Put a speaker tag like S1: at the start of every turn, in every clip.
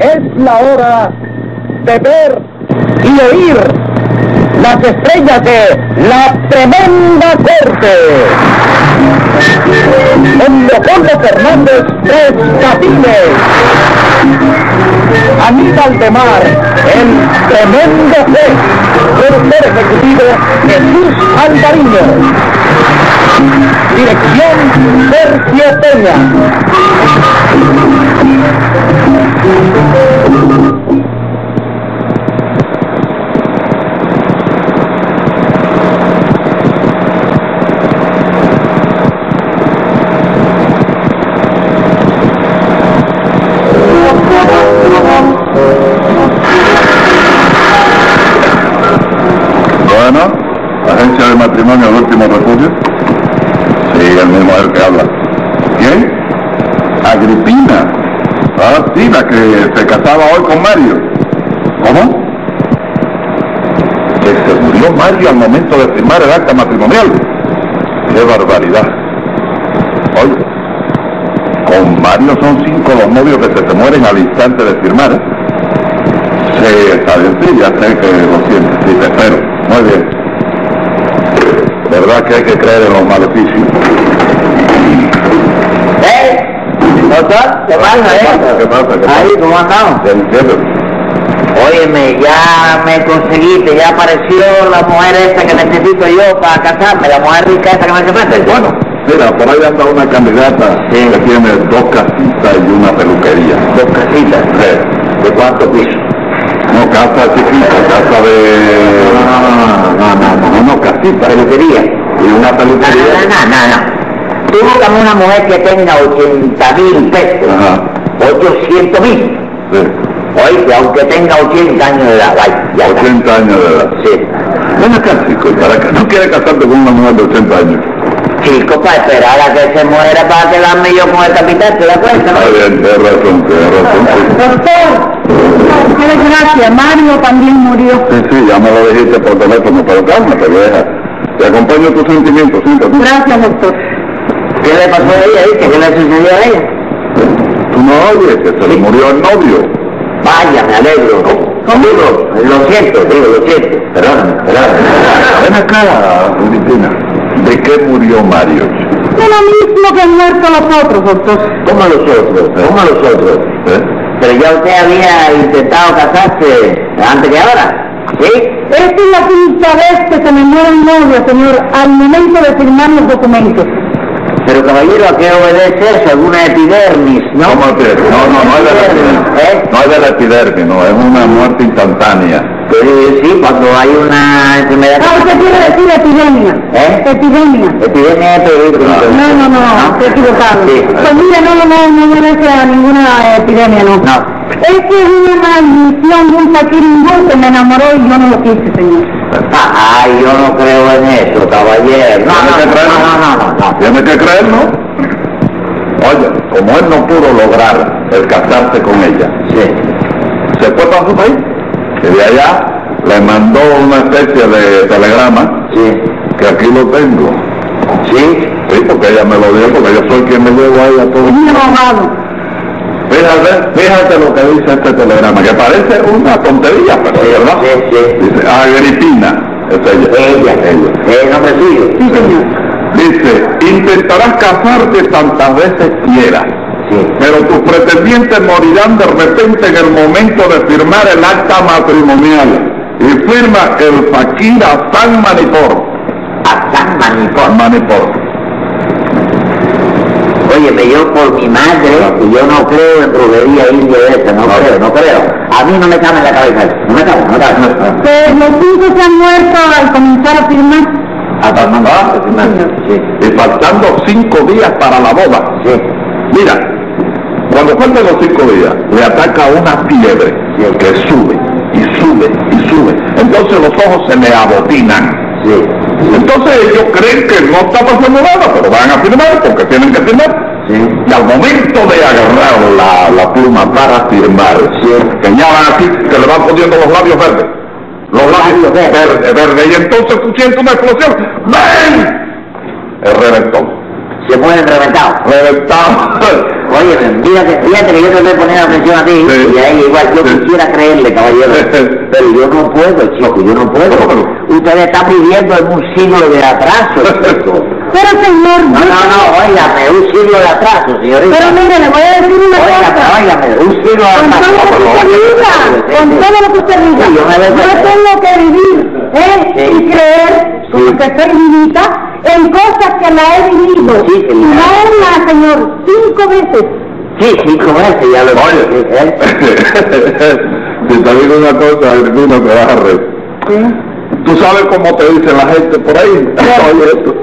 S1: es la hora de ver y oír las estrellas de la tremenda corte. Don Leopoldo Fernández Tres Catines. Anita Aldemar, el tremendo juez, productor ejecutivo Jesús Alvariño. Dirección Sergio Peña.
S2: Bueno, agencia de matrimonio al último refugio. Sí, el mismo es el que habla. ¿Quién? Agripina. Ah, sí, la que se casaba hoy con Mario. ¿Cómo? Que se murió Mario al momento de firmar el acta matrimonial. ¡Qué barbaridad! Oye, con Mario son cinco los novios que se te mueren al instante de firmar. ¿eh? Sí, está bien, sí, ya sé que lo siento, sí, te espero. Muy bien. ¿Verdad que hay que creer en los maleficios?
S1: ¿Eh? Doctor, ¿qué pasa,
S2: ¿Qué
S1: eh?
S2: pasa? ¿Qué pasa? ¿Qué pasa?
S1: Ahí, ¿cómo andamos?
S2: ¿Te entiendo?
S1: Óyeme, ya me conseguiste, ya apareció la mujer esa que necesito yo para casarme, la mujer rica esa que me hace falta.
S2: Bueno, mira, por ahí anda una candidata
S1: Sí.
S2: que tiene dos casitas y una peluquería.
S1: dos casitas.
S2: Sí.
S1: ¿De cuánto piso?
S2: No casa chiquita, casa de...
S1: No, no, no, no,
S2: no, no, casita.
S1: Ah. Peluquería. Ah,
S2: Y una
S1: No, no,
S2: peluquería.
S1: no, no, no. Tú búscame una mujer que tenga 80 mil pesos,
S2: Ajá,
S1: 800 mil.
S2: sí.
S1: Oye, que aunque tenga 80 años de edad, vaya, ya está.
S2: 80 años de edad.
S1: Sí.
S2: Ven acá, chico, ¿y para qué no quieres casarte con una mujer de 80 años?
S1: Chico, para esperar a que se muera para quedarme yo con el capital, ¿te das cuenta? no?
S2: Está bien, tienes razón, tienes razón.
S3: Doctor, qué desgracia, Mario también murió.
S2: Sí, sí, ya me lo dijiste por teléfono, pero cálmate, deja. Te acompaño tus sentimientos, siéntate.
S3: Gracias, doctor.
S1: ¿Qué le pasó a ella? ¿Viste? ¿Qué le sucedió a ella?
S2: Tú no oyes que se le murió el novio.
S1: Vaya, me alegro. Amigo, lo siento, digo, lo siento. Perdóname, perdóname.
S2: Ven acá, Filipina. ¿De qué murió Mario?
S3: De lo mismo que han muerto los otros, doctor.
S2: Toma los otros, ¿eh? toma los otros.
S1: Pero ya usted había intentado casarse antes que ahora, ¿sí?
S3: Esta es la quinta vez que se me muere un novio, señor, al momento de firmar los documentos.
S1: Pero caballero, ¿a qué obedece eso? ¿Alguna epidermis, no?
S2: ¿Cómo te- No, no, no es de la
S1: ¿Eh?
S2: epidermis. No es de la epidermis, no, es una muerte instantánea.
S1: Pero sí, cuando hay una enfermedad...
S3: Ah, usted quiere decir epidemia.
S1: ¿Eh?
S3: Epidemia.
S1: Epidemia de periodismo.
S3: No, no, no, estoy equivocado.
S1: Sí.
S3: Pues mira, no, no, no, no merece a ninguna epidemia, no.
S1: No.
S3: Es que es una maldición de un fakir hindú que me enamoró y yo no lo quise, señor.
S1: Ay, yo no creo en eso, caballero. No, no,
S2: ¿Tienes que creerlo?
S1: no, no, no, no.
S2: Tienes que creerlo. Oye, como él no pudo lograr el casarse con ella,
S1: Sí.
S2: se fue para su país. Y de allá le mandó una especie de telegrama
S1: Sí.
S2: que aquí lo tengo.
S1: Sí.
S2: Sí, porque ella me lo dio, porque yo soy quien me llevo a ella todo.
S3: Es un abogado.
S2: Fíjate, fíjate lo que dice este telegrama, que parece una tontería, pero es verdad.
S1: Sí, sí.
S2: Dice, Agripina, es ella.
S1: Ella, es el nombre suyo.
S3: Sí, señor.
S2: Dice, intentarás casarte tantas veces quieras,
S1: Sí.
S2: pero tus pretendientes morirán de repente en el momento de firmar el acta matrimonial. Y firma el Fakir San Manipor.
S1: A Ah, San Manicón.
S2: Manipor.
S1: Óyeme, yo por mi madre, y yo no creo en brujería india de esa, no
S2: Ah.
S1: creo, no creo. A mí no me cabe en la cabeza eso, no me cabe, no me cabe.
S3: Pues los cinco se han muerto al comenzar a firmar.
S2: A San Manipor.
S1: Sí,
S2: Y faltando cinco días para la boda.
S1: sí,
S2: Mira, cuando faltan los cinco días, le ataca una fiebre que sube y sube y sube. Entonces los ojos se le abotinan.
S1: sí.
S2: Entonces ellos creen que no está pasando nada, pero van a firmar porque tienen que firmar.
S1: Sí.
S2: Y al momento de agarrar la, la pluma para firmar, que ya van aquí, que le van poniendo los labios verdes. Los labios
S1: Labios verdes.
S2: verdes, verdes. Y entonces tú sientes una explosión. ¡Ven! El reventón
S1: Se mueren reventados.
S2: reventado.
S1: Oye, pero fíjate, fíjate que yo te voy a poner atención a ti
S2: Sí.
S1: y a ella igual. Yo
S2: Sí.
S1: quisiera creerle, caballero, pero yo no puedo, chico, yo no puedo.
S2: ¿Cómo que
S1: Usted está viviendo en un siglo de atraso, chico.
S4: Pero señor,
S1: No, no,
S4: yo-
S1: no, óigame, un siglo de atraso, señorita.
S4: pero mire, le voy a decir una
S1: Óigame,
S4: cosa.
S1: óigame, un siglo de
S4: Con
S1: atraso.
S4: todo lo que
S1: por
S4: usted
S1: favor.
S4: diga, con todo lo que usted diga,
S1: Sí, yo me
S4: yo
S1: defiendo.
S4: tengo que vivir, ¿eh?
S1: Sí.
S4: Y creer,
S1: Sí.
S4: porque soy vivita, en cosas que la he vivido.
S1: Sí,
S4: y
S1: señora.
S4: no una, señor, cinco veces.
S1: Sí, cinco meses, ya lo
S2: Oye, si te digo una cosa, Virginia, te vas a reír. Tú sabes cómo te dice la gente por ahí. Oye, esto.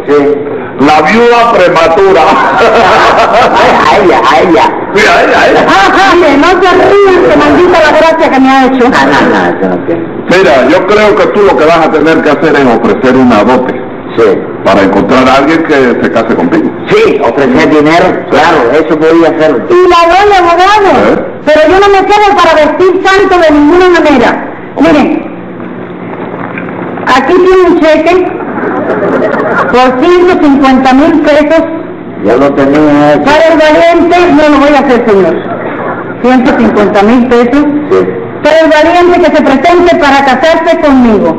S2: La viuda prematura.
S1: A ella, a ella.
S2: Mira, ella, ella.
S4: Ajá, mire, no se ríen, que maldita la gracia que me ha hecho.
S1: No, no, no, eso no tiene.
S2: Mira, yo creo que tú lo que vas a tener que hacer es ofrecer una dote
S1: Sí.
S2: para encontrar a alguien que se case contigo.
S1: Sí, ofrecer dinero, claro, eso podía hacer.
S4: y la doy abogado,
S2: ¿Eh?
S4: pero yo no me quedo para vestir santo de ninguna manera. Miren, aquí tiene un cheque por 150 mil pesos
S1: Yo lo tenía hecho.
S4: para el valiente, no lo voy a hacer señor, 150 mil pesos
S1: Sí.
S4: para el valiente que se presente para casarse conmigo.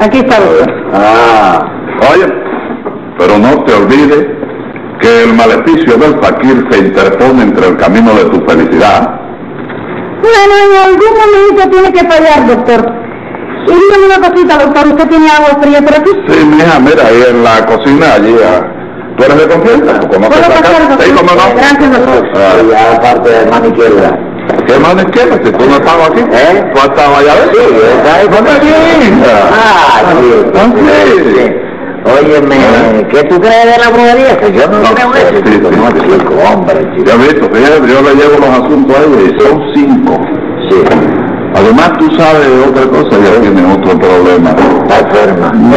S4: Aquí está.
S1: Ah,
S2: Oye, pero no te olvides que el maleficio del fakir se interpone entre el camino de tu felicidad.
S4: Bueno, en algún momento tiene que fallar, doctor. Y dígame una cosita, doctor, usted tiene agua fría por aquí.
S2: Sí, mija, mira, ahí en la cocina, allí, ah, tú eres de confianza, ¿Tú conoces la
S4: ¿Puedo pasar,
S2: casa?
S4: doctor?
S2: Sí, cómo no.
S4: Gracias, doctor.
S2: Ah,
S1: pero ya aparte de mano izquierda.
S2: ¿Qué mano izquierda? Si tú no estabas aquí,
S1: ¿Eh?
S2: tú estabas allá adentro.
S1: Sí, yo estaba ahí.
S2: ¿Dónde
S1: Ah, sí.
S2: Sí.
S1: Sí.
S2: ¿Eh?
S1: Óyeme, ¿qué tú crees de la brujería? Que yo no lo creo eso.
S2: sí,
S1: chico,
S2: sí,
S1: no,
S2: sí.
S1: chico, hombre, chico.
S2: Ya visto, fíjate, yo le llevo los asuntos a ella y son cinco.
S1: Sí,
S2: Además, tú sabes de otra cosa, ya tienen otro problema.
S1: está enferma.
S2: No,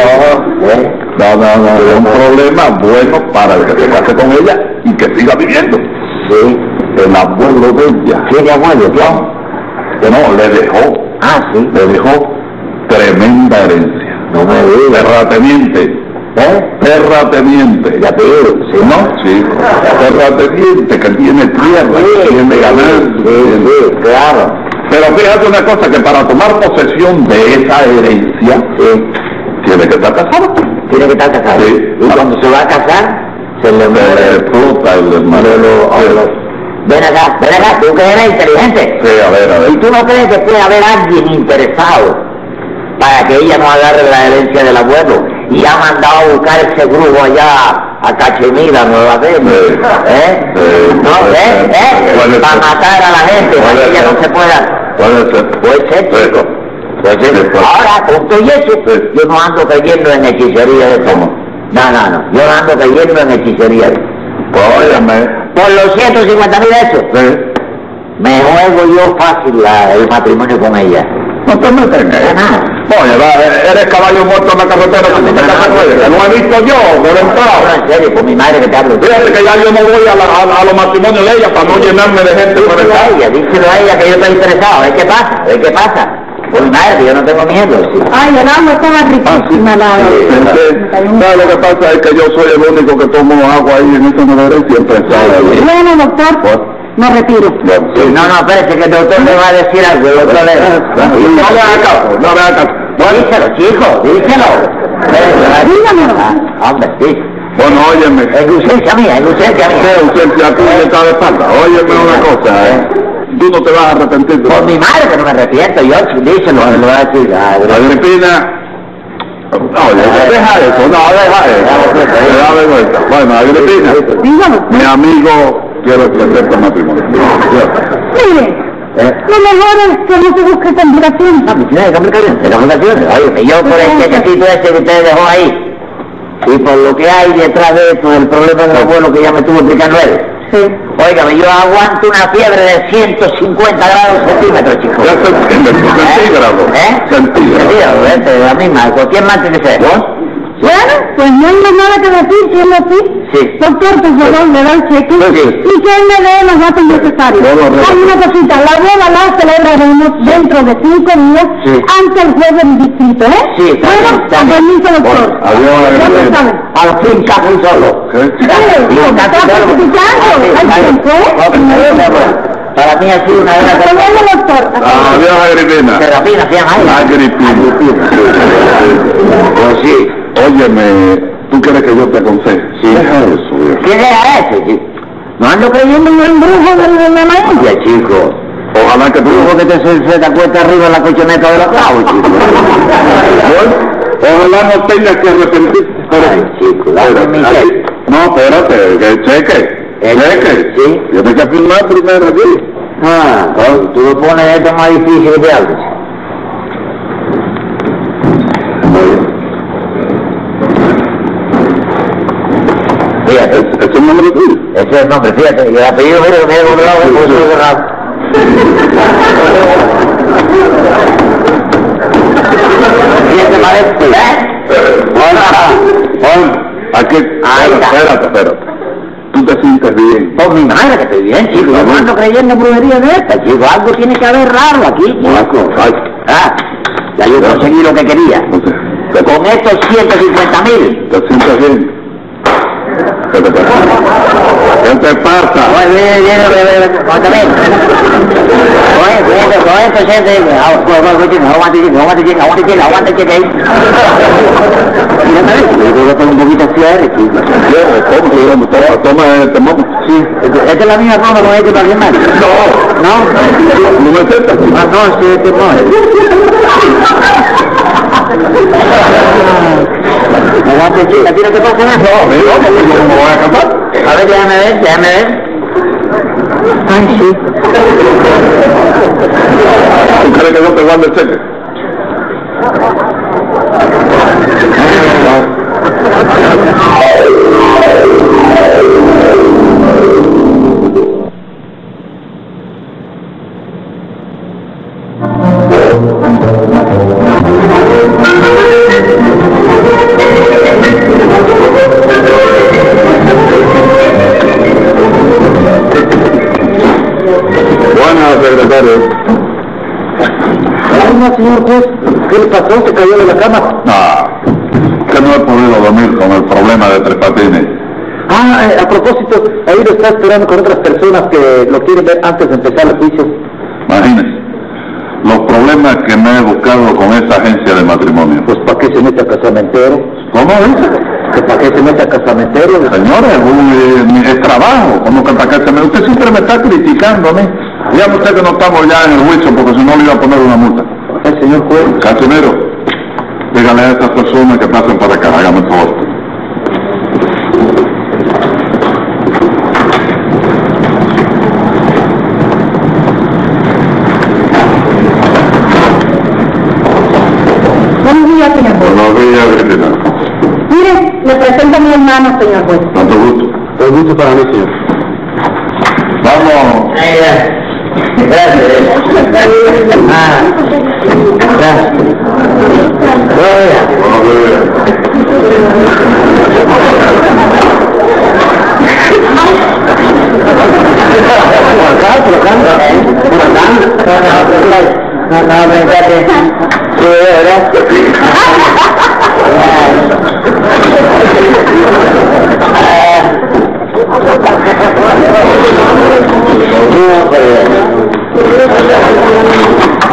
S1: ¿Eh?
S2: no, no, no, es un problema bueno para el que se case con ella y que siga viviendo.
S1: Sí.
S2: El abuelo de ella.
S1: ¿Tiene abuelo?
S2: No, que no, le dejó,
S1: Ah, sí.
S2: le dejó tremenda herencia.
S1: No me digas.
S2: Terrateniente,
S1: ¿Eh?
S2: terrateniente.
S1: Ya te digo, sí.
S2: ¿No? Sí. Terrateniente que tiene tierra, que tiene ganancia.
S1: Sí, sí, claro.
S2: Pero fíjate una cosa, que para tomar posesión de esa herencia, tiene que estar casado.
S1: Tiene que estar casado.
S2: Sí.
S1: Y cuando se va a casar, se le
S2: Se le
S1: muere.
S2: explota el hermano.
S1: Ven acá, ven acá, tú que eres inteligente.
S2: Sí, a ver, a ver.
S1: ¿Y tú no crees que puede haber alguien interesado para que ella no agarre la herencia del abuelo? Y ha mandado a buscar ese grupo allá a Cachemira, Nueva Delhi.
S2: Sí.
S1: ¿Eh?
S2: Sí,
S1: No,
S2: puede
S1: ¿eh?
S2: ser. Puede
S1: ¿Eh?
S2: ser.
S1: Para matar a la gente, para
S2: Puede
S1: que ella
S2: ser.
S1: no se pueda.
S2: Puede ser.
S1: Puede ser, chico.
S2: Puede ser.
S1: Ahora, con todo y eso,
S2: Sí.
S1: yo no ando cayendo en hechicería de eso. No, no, no. Yo no ando cayendo en hechicería de
S2: pues Óyeme.
S1: Por los 150 mil pesos,
S2: Sí.
S1: me juego yo fácil la- el matrimonio con ella.
S2: No te metas en eso. Oye, va, eh, eres caballo muerto en la carretera, tú te casas con ella. No he visto yo, de
S1: No,
S2: verdad.
S1: en serio, con mi madre que te hablo.
S2: Fíjate que ya yo no voy a, la- a- a los matrimonios de ella para no llenarme de gente por
S1: Díselo a
S2: el
S1: ella, díselo a ella que yo estoy interesado. A ver qué pasa, a ver qué pasa. Con mi madre, que yo no tengo miedo. sí.
S4: Ay, el agua estaba riquísima la
S2: Sí, ¿Sabes lo que pasa? Es que yo soy el único que tomo agua ahí en esa nevera y siempre está ahí.
S4: Bueno, doctor, me retiro.
S2: Bueno,
S1: Sí,
S2: sí.
S1: No, no, espérate, que el doctor le va a decir algo. El doctor le...
S2: No le hagas caso, no le hagas caso. Bueno,
S1: Díselo, chico, díselo.
S4: Dígamelo.
S1: Ah, Hombre, sí.
S2: Bueno, óyeme.
S1: Es ausencia mía, es ausencia mía.
S2: Usted, usted, ya tú le estás de espalda. Óyeme una cosa, ¿eh? Tú no te vas a arrepentir. de-
S1: Con mi madre, que no me arrepiento. Yo, díselo, se lo voy a decir. Ah,
S2: Agripina. Oye, deja eso, no, deja eso.
S1: pues.
S2: Me da vergüenza. Bueno, Agripina,
S4: Dígalo.
S2: mi amigo quiere ofrecerte matrimonio.
S4: Mire,
S1: ¿Eh?
S4: lo mejor es que no se busque complicación.
S1: Ah, pues tiene que cambiar cabeza, tiene que cambiar cabeza. Oye, yo por el chequecito ese que usted dejó ahí, y por lo que hay detrás de esto, el problema del abuelo que ya me estuvo explicando él.
S4: Sí.
S1: Óigame, yo aguanto una fiebre de 150 grados centímetros, chico.
S2: Ya centímetros, centígrados.
S1: ¿Eh?
S2: Centígrados.
S1: Centígrados, ¿eh? la misma, cualquier marca que sea.
S2: ¿Vos?
S1: Sí,
S4: Bueno, pues no hay más nada que decir, siendo así.
S1: Sí.
S4: Doctor, por favor, me da el cheque.
S2: Sí, Pues sí.
S4: Y que él me dé los datos necesarios.
S2: No, no, no.
S4: Hay una cosita, la boda la celebraremos dentro de cinco días,
S1: Sí.
S4: ante el juez del distrito, ¿eh?
S1: Sí, está bien,
S4: Bueno,
S1: está
S4: con
S1: bien.
S4: permiso, doctor.
S2: Bueno, adiós,
S4: Ya
S2: Elena.
S4: lo saben.
S1: Al fin casi un solo.
S2: ¿Qué?
S4: Dale,
S1: Y un
S4: está
S1: casi solo.
S4: justificando.
S1: Sí,
S4: Ay,
S1: está bien.
S4: ¿qué fue?
S1: Para mí ha sido una gran
S4: Hasta luego, doctor. Hasta luego.
S2: Adiós, Agripina.
S1: terapia, se llama ella.
S2: Agripina. Pues sí. Óyeme, ¿tú quieres que yo te aconseje? Sí. Deja eso, viejo.
S1: ¿Qué era ese, chico? No ando creyendo en el brujo de la maestra, chico.
S2: Ojalá que tú...
S1: Brujo que te, se, se te acuesta arriba en la colchoneta de los cabos, chico.
S2: Bueno, Ojalá no tengas que arrepentirte.
S1: Ay, chico, dame mi
S2: Espérate,
S1: cheque.
S2: aquí. No, espérate, que cheque.
S1: El-
S2: Cheque.
S1: Eh, sí.
S2: Yo tengo que firmar primero aquí.
S1: Ah, tú- tú lo pones esto más difícil que algo.
S2: ¿Es,
S1: Fíjate,
S2: es un nombre tuyo?
S1: ese es el nombre, fíjate, y el apellido, mira, que me he doblado el bolso de rato. Fíjate, este parece, ¿eh? Hola,
S2: Juan, aquí...
S1: Ahí
S2: espérate,
S1: está.
S2: espérate, espérate. Tú te sientes bien.
S1: Por mi madre que estoy bien, ¿eh? chico.
S2: Sí,
S1: Yo no
S2: sí.
S1: ando creyendo en brujería de esta, chico. Algo tiene que haber raro aquí, chico.
S2: Marco, ay,
S1: Ah, ya yo conseguí lo que quería.
S2: no sé. ¿Te,
S1: Con estos 150 mil.
S2: te sientes bien? ¿Qué te pasa? ¿Qué te pasa?
S1: un poquito fiebre, chico.
S2: ¿Qué? ¿Cómo? ¿Cómo? Toma- Toma el termómetro. Sí.
S1: Esta es la misma forma con este para firmar.
S2: No.
S1: ¿No?
S2: ¿No me aceptas?
S1: Ah, no, sí, este no es. Me da pechita, ¿a ti no te pasa nada?
S2: amigo, porque yo no me voy a escapar.
S1: A ver, déjame ver, déjame ver. Ay, sí.
S2: ¿Tú crees que no te guarde el cheque? Buenas, secretario.
S1: señor juez, ¿qué le pasó? ¿Se cayó de la cama?
S2: Ah, que no he podido dormir con el problema de tres patines.
S1: Ah, eh, a propósito, ahí lo está esperando con otras personas que lo quieren ver antes de empezar el juicio.
S2: Imagínese, los problemas que me he buscado con esa agencia de matrimonio.
S1: Pues, ¿para qué se mete a casamentero?
S2: ¿Cómo dice?
S1: ¿Que ¿Para qué se mete a casamentero?
S2: Señores, uy, eh, es trabajo, ¿cómo que para qué se me... Usted siempre me está criticando a mí. Dígame usted que no estamos ya en el juicio porque si no le iba a poner una multa.
S1: Ay, señor juez.
S2: Casimiro, dígale a estas personas que pasen para acá, hágame el favor.
S4: Buenos días, señor juez.
S2: Buenos días, Cristina.
S4: Mire, le presento a mi hermano, señor juez.
S2: Tanto gusto.
S1: El gusto para mí, señor.
S2: Vamos.
S1: Gracias. Ah,
S2: à,
S1: gracias. Bueno,
S2: Buenos días.
S1: por acá, por acá, por acá. No, no, no, espérate. Sí, ¿verdad? No, pero-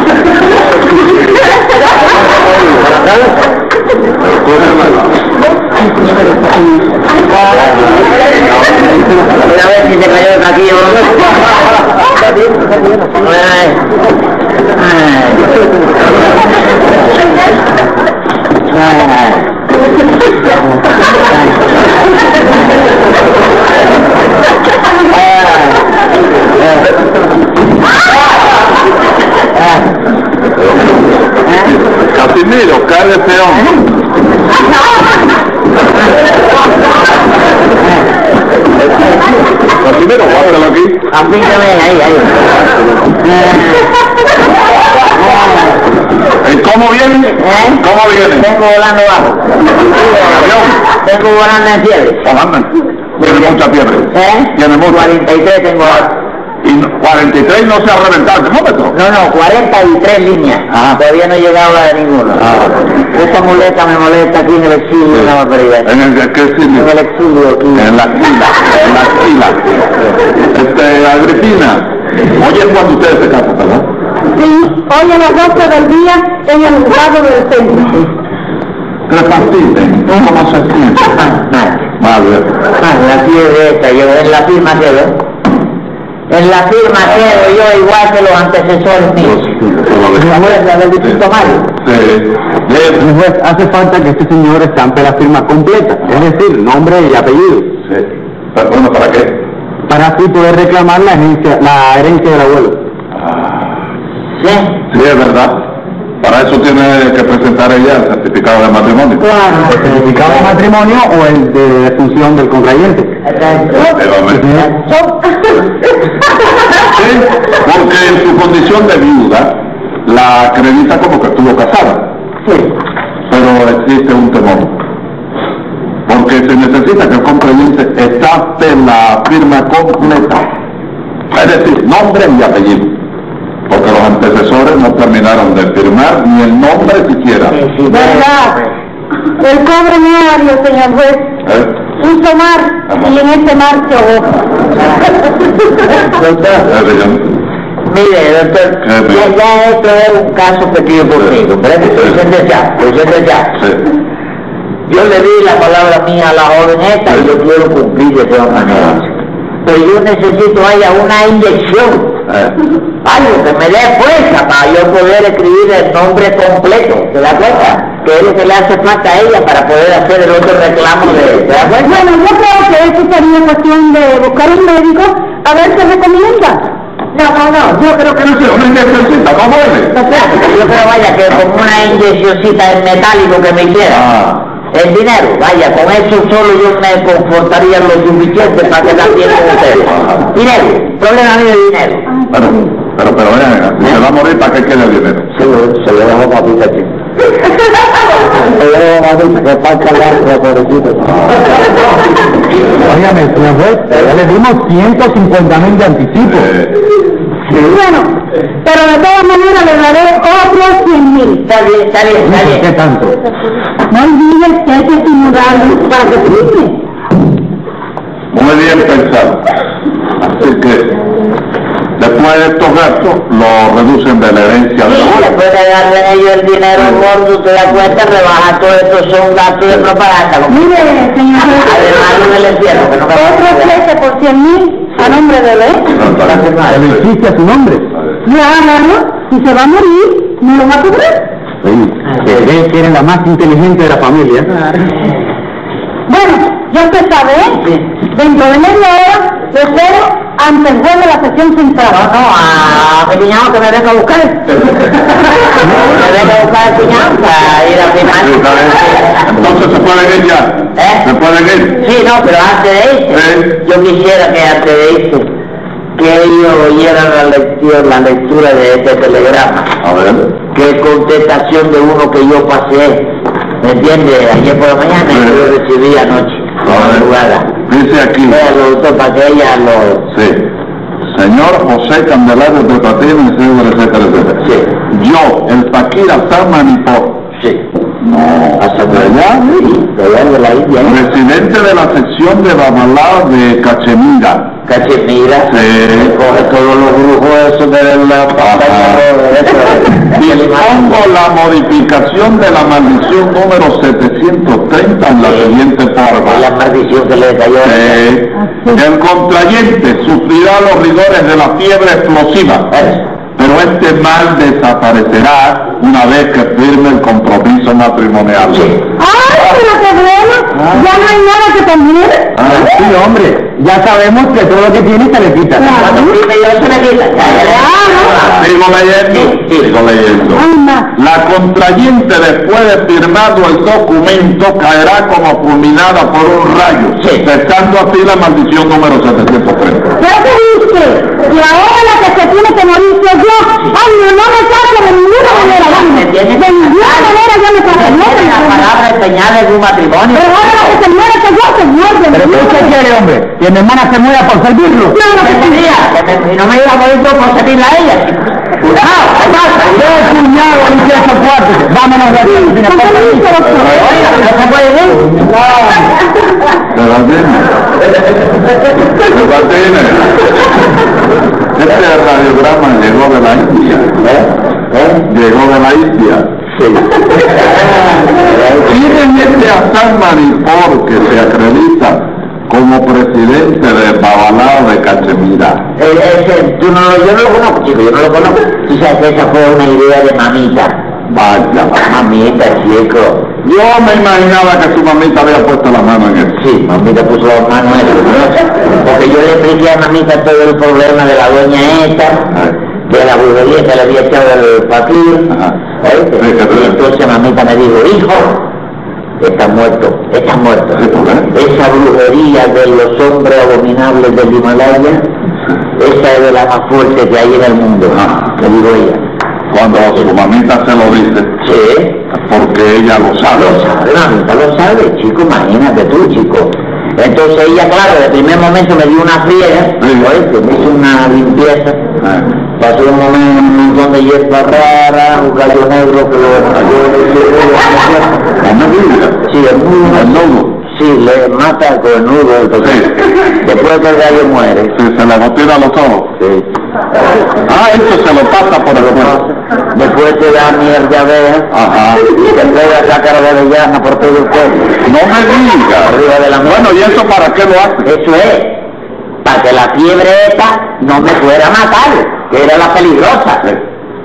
S1: Mira
S2: à.
S1: a ver si te cayó el platillo. Ay. Ay. Ay.
S2: Casimiro, cae ese hombre. Casimiro, guárdalo aquí.
S1: Apíntame, ahí, ahí.
S2: ¿En ¿Cómo viene?
S1: ¿Eh?
S2: ¿Cómo viene?
S1: Vengo volando bajo.
S2: avión.
S1: Vengo volando en fiebre.
S2: ¿Cómo andan? Tiene mucha fiebre.
S1: ¿Eh?
S2: Tiene mucha.
S1: 43 tengo ahora.
S2: Y no- 43 no se ha reventado el termómetro.
S1: No, no, 43 líneas.
S2: Ah.
S1: Todavía no he llegado a ninguno. Esta muleta me molesta aquí en el exilio, una barbaridad.
S2: En el que
S1: En el exilio aquí.
S2: En la fila, en la fila. Este, Agripina, hoy es cuando ustedes se casan, ¿verdad?
S4: Sí, hoy a las 12 del día en el juzgado del centro.
S2: Repartiten, ¿cómo se siente?
S1: Ah, mal.
S2: Madre,
S1: Ah, la fiebre esta, yo en la firma quedo. En la firma quedo yo igual que los antecesores
S2: Dios
S1: míos.
S2: mío, ¿cómo le-
S1: ¿Te acuerdas del distrito Mario?
S2: Sí, de-
S5: Juez, hace falta que este señor estampe la firma completa, es decir, nombre y apellido,
S2: sí. Pero bueno, ¿para qué?
S5: para así poder reclamar la, herencia- la herencia del abuelo.
S1: Sí.
S2: Sí, es verdad. Para eso tiene que presentar ella el certificado de matrimonio.
S1: Ah,
S5: ¿El certificado de matrimonio o el de defunción del contrayente?
S2: Pero, ¿eh? Sí, porque en su condición de viuda la acredita como que estuvo casada. Pero existe un temor. Porque se necesita que el contrayente estafe la firma completa. Es decir, nombre y apellido. Porque los antecesores no terminaron de firmar ni el nombre siquiera.
S4: ¿Verdad? El pobre Mario, señor juez,
S2: ¿Eh?
S4: hizo mar y en ese mar se ahogó.
S1: Doctor,
S2: Eh, yo-
S1: mire, doctor,
S2: Ah, bien.
S1: ya, ya esto es un caso pequeño conmigo, pero es presente ya, presente ya.
S2: sí.
S1: Yo le di la palabra mía a la joven esta y yo quiero cumplir de todas maneras. Pero yo necesito haya una inyección,
S2: Eh,
S1: algo que me dé fuerza para yo poder escribir el nombre completo, ¿se da cuenta? Que es lo que le hace falta a ella para poder hacer el otro reclamo de... ¿Se da cuenta?
S4: Bueno, yo creo que eso sería cuestión de buscar un médico a ver qué recomienda. No, no, no, yo creo que
S2: pero si hombre necesita, no duele.
S1: Yo creo, vaya, que con una inyeccióncita en metálico que me hiciera,
S2: Ah,
S1: el dinero, vaya, con eso solo yo me confortaría lo suficiente para quedar bien con ustedes. Dinero, problema mío de dinero.
S2: pero, pero, pero, vean, si se va a morir, ¿para qué quiere el dinero?
S1: Se lo, se lo dejo papita aquí. Se lo dejo papita, que falta el agua, pobrecito.
S5: Óigame, señor juez, ya le dimos 150 mil de anticipo.
S2: Eh,
S4: Bueno, pero de todas maneras le daré otros 100 mil.
S1: Está bien, está bien, está
S5: ¿Qué
S1: bien.
S5: tanto?
S4: No olvides que hay que estimularlo para que firme.
S2: muy bien pensado. Así que, después de estos gastos, lo reducen de la herencia de la
S1: Sí,
S2: abuela.
S1: después de pues darle a ellos el dinero gordo, usted da cuenta, rebaja todo esto, son gastos de propaganda. como-
S4: Mire,
S1: Además,
S4: señor,
S1: no me lo entierro, que no me
S4: otro cheque por 100 mil a nombre de él.
S2: No, está bien.
S5: ¿Existe a su nombre?
S4: Ya, claro, si se va a morir, no lo va a cobrar.
S5: Sí, se cree que eres la más inteligente de la familia.
S4: Bueno, ya usted sabe, ¿eh? Dentro de media hora, lo espero ante el juez de la sesión
S1: No,
S4: central.
S1: Ah, no, a mi cuñado que me venga a buscar. me venga a buscar al cuñado para ir a
S2: Sí, está bien.
S1: firmar.
S2: Entonces se pueden ir ya.
S1: ¿Eh?
S2: Se pueden ir.
S1: Sí, no, pero antes de este, irse,
S2: Eh,
S1: yo quisiera que antes de irse, que ellos oyeran la lectura, la lectura de este telegrama.
S2: a ver.
S1: Qué contestación de uno que yo pasé, ¿me entiende? Ayer por la mañana y
S2: Sí.
S1: yo lo recibí anoche, a la madrugada.
S2: Dice aquí.
S1: Véalo, doctor, para que ella lo...
S2: Sí. Señor José Candelario de Platino, etcétera, etcétera, etcétera.
S1: Sí.
S2: Yo, el Paquir Azar Manipur,
S1: Sí.
S2: No,
S1: Hasta por allá, sí, de allá de la India, ¿no?
S2: residente de la sección de Babalá de Cachemira.
S1: Cachemira.
S2: Sí.
S1: Coge todos los brujos esos de la
S2: Ajá. Dispongo la modificación de la maldición número 730 en la siguiente forma.
S1: Por la maldición que le cayó.
S2: Eh, el contrayente sufrirá los rigores de la fiebre explosiva, pero este mal desaparecerá una vez que firme el compromiso matrimonial.
S4: ¡Ay, pero qué bueno! Ya no hay nada que conviene.
S2: Ah,
S5: Sí, hombre, ya sabemos que todo lo que tiene se le quita.
S1: Cuando firme yo se me quita.
S4: Ah,
S2: Sigo leyendo, sigo leyendo.
S4: Ay, ma.
S2: La contrayente después de firmado el documento caerá como fulminada por un rayo,
S1: Sí.
S2: cesando así la maldición número 730.
S4: ¿Qué te dice? Y ahora la que se tiene que morir soy yo. Ay, no, no me saco de ninguna manera.
S1: ¿Me entiendes?
S4: Venga.
S1: señales de un matrimonio.
S4: Pero ahora que se muera, que yo, señor. de
S5: ¿Pero
S4: mi
S5: usted
S4: vida.
S5: qué quiere, hombre? ¿Que mi hermana se muera por servirlo?
S4: No, no,
S1: ¿Qué
S4: que
S1: tendría? Que me- si no me iba a morir yo por servirla a ella. Cuidado, ¿qué pasa?
S5: ¡Eh, cuñado, limpia esos cuartos! ¡Vámonos de aquí! sin
S4: ¿Con qué
S5: esposa.
S4: me dice, doctor?
S1: Oiga, pero no se puede ir.
S2: ¿De la tiene? ¿De la tiene? Este radiograma llegó de la India. ¿eh? Llegó de la India. Sí. Miren este Hassan Manipur que se acredita como presidente de Babalao de Cachemira.
S1: Eh, ese, tú no lo- yo no lo conozco, chico, yo no lo conozco. Tú sabes que esa fue una idea de mamita.
S2: Vaya.
S1: Mamita, chico.
S2: Yo me imaginaba que su mamita había puesto la mano en él.
S1: Sí, mamita puso las manos en el coche, porque yo le expliqué a mamita todo el problema de la doña esta, de la burguería que le había echado el papel.
S2: Ajá.
S1: ¿oíste?
S2: Sí, que tú-
S1: Y entonces mamita me dijo, hijo, está muerto, está muerto.
S2: Sí, ¿por qué?
S1: Esa brujería de los hombres abominables del Himalaya, esa es de la más fuerte que hay en el mundo,
S2: Ajá.
S1: me digo ella.
S2: Cuando su mamita se lo dice,
S1: Sí,
S2: porque ella lo sabe.
S1: lo sabe, mamita lo sabe, chico, imagínate tú, chico. Entonces ella, claro, de primer momento me dio una friega,
S2: Sí.
S1: ¿oíste? me hizo una limpieza,
S2: Eh.
S1: pasó un momento, un montón de hierba rara, un gallo negro que lo
S2: No me digas.
S1: Sí, el nudo,
S2: El nudo.
S1: sí, le mata con el nudo, entonces,
S2: Sí.
S1: después que el gallo muere,
S2: Si se le botina los ojos.
S1: sí.
S2: Ah, esto se lo pasa por el cuerpo.
S1: después te da mierda vea,
S2: Ajá.
S1: y te pega la cara de avellana por todo el cuerpo.
S2: No me digas.
S1: arriba de la mano.
S2: Bueno, ¿y eso para qué lo hace?
S1: Eso es, para que la fiebre esta no me fuera a matar, que era la peligrosa.
S2: Sí.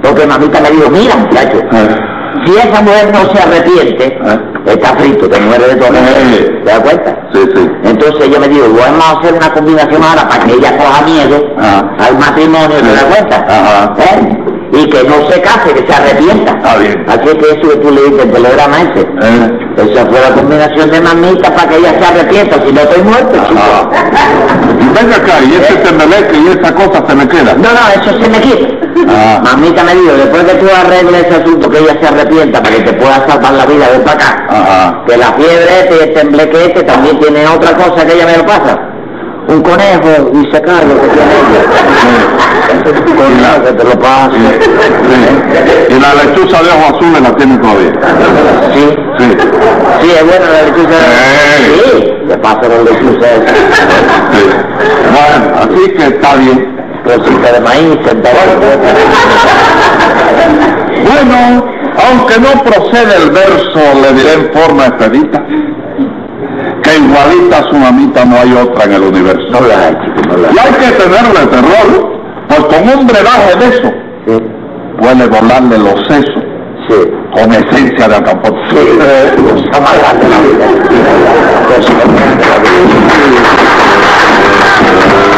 S1: Porque mamita me dijo, mira muchacho,
S2: Eh,
S1: si esa mujer no se arrepiente,
S2: Ah.
S1: está frito, te muere de todo.
S2: Sí.
S1: ¿Te das cuenta?
S2: Sí, sí.
S1: Entonces ella me dijo, vamos a hacer una combinación ahora para que ella coja miedo
S2: Ah.
S1: al matrimonio, ¿te
S2: Sí.
S1: das cuenta?
S2: Ajá. Ah.
S1: ¿Eh? Y que no se case, que se arrepienta.
S2: Está bien.
S1: Así que eso que tú le dices, el telegrama ese.
S2: Eh,
S1: Esa fue la combinación de mamita para que ella se arrepienta, si no estoy muerto, chico.
S2: ah. Y venga acá, y ese tembeleque y esa cosa se me queda.
S1: Eh. No, no, eso se me quita.
S2: Ah.
S1: Mamita me dijo, después que tú arregles ese asunto, que ella se arrepienta para que te pueda salvar la vida de para acá.
S2: Ajá.
S1: Que la fiebre este y el tembleque este también tiene otra cosa que ella me lo pasa. Un conejo y se carga que tiene ella. Un conejo que te lo pasa.
S2: Sí, sí. Y la lechuza de ojos azules la tienen todavía.
S1: Sí.
S2: Sí.
S1: Sí, es bueno la lechuza.
S2: Eh.
S1: Sí, le pasa la lechuza esa.
S2: Sí. Bueno, así que está bien.
S1: Rosita de maíz, sentada en la puerta.
S2: Bueno, aunque no procede el verso, le diré en forma expedita que igualita a su mamita no hay otra en el universo.
S1: No la hay, chico, no la
S2: Y
S1: hay.
S2: hay que tenerle terror, pues con un brebaje de eso
S1: Sí,
S2: puede volarle los sesos
S1: sí.
S2: con esencia de alcampón.
S1: Eh, cosa más grande de la vida. Cosa más grande de la vida.